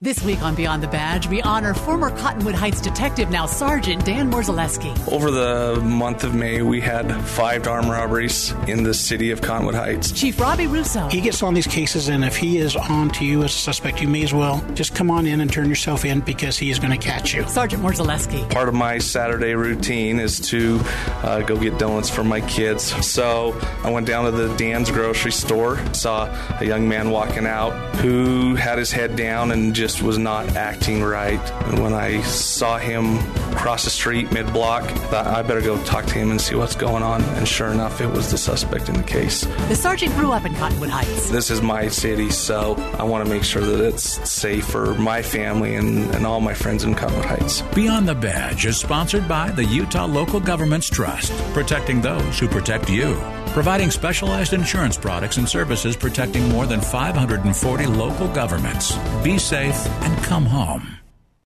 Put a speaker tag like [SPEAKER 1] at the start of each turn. [SPEAKER 1] This week on Beyond the Badge, we honor former Cottonwood Heights detective, now Sergeant Dan Morzaleski.
[SPEAKER 2] Over the month of May, we had five armed robberies in the city of Conwood Heights.
[SPEAKER 1] Chief Robbie Russo.
[SPEAKER 3] He gets on these cases, and if he is on to you as a suspect, you may as well just come on in and turn yourself in because he is going to catch you.
[SPEAKER 1] Sergeant Morzaleski.
[SPEAKER 2] Part of my Saturday routine is to uh, go get donuts for my kids. So I went down to the Dan's grocery store, saw a young man walking out who had his head down and just was not acting right. And when I saw him cross the street mid block, thought I better go talk to him and see what's going on. And sure enough, it was the suspect in the case.
[SPEAKER 1] The sergeant grew up in Cottonwood Heights.
[SPEAKER 2] this is my city, so I want to make sure that it's safe for my family and, and all my friends in Cottonwood Heights.
[SPEAKER 4] Beyond the Badge is sponsored by the Utah Local Governments Trust, protecting those who protect you. Providing specialized insurance products and services protecting more than 540 local governments. Be safe and come home.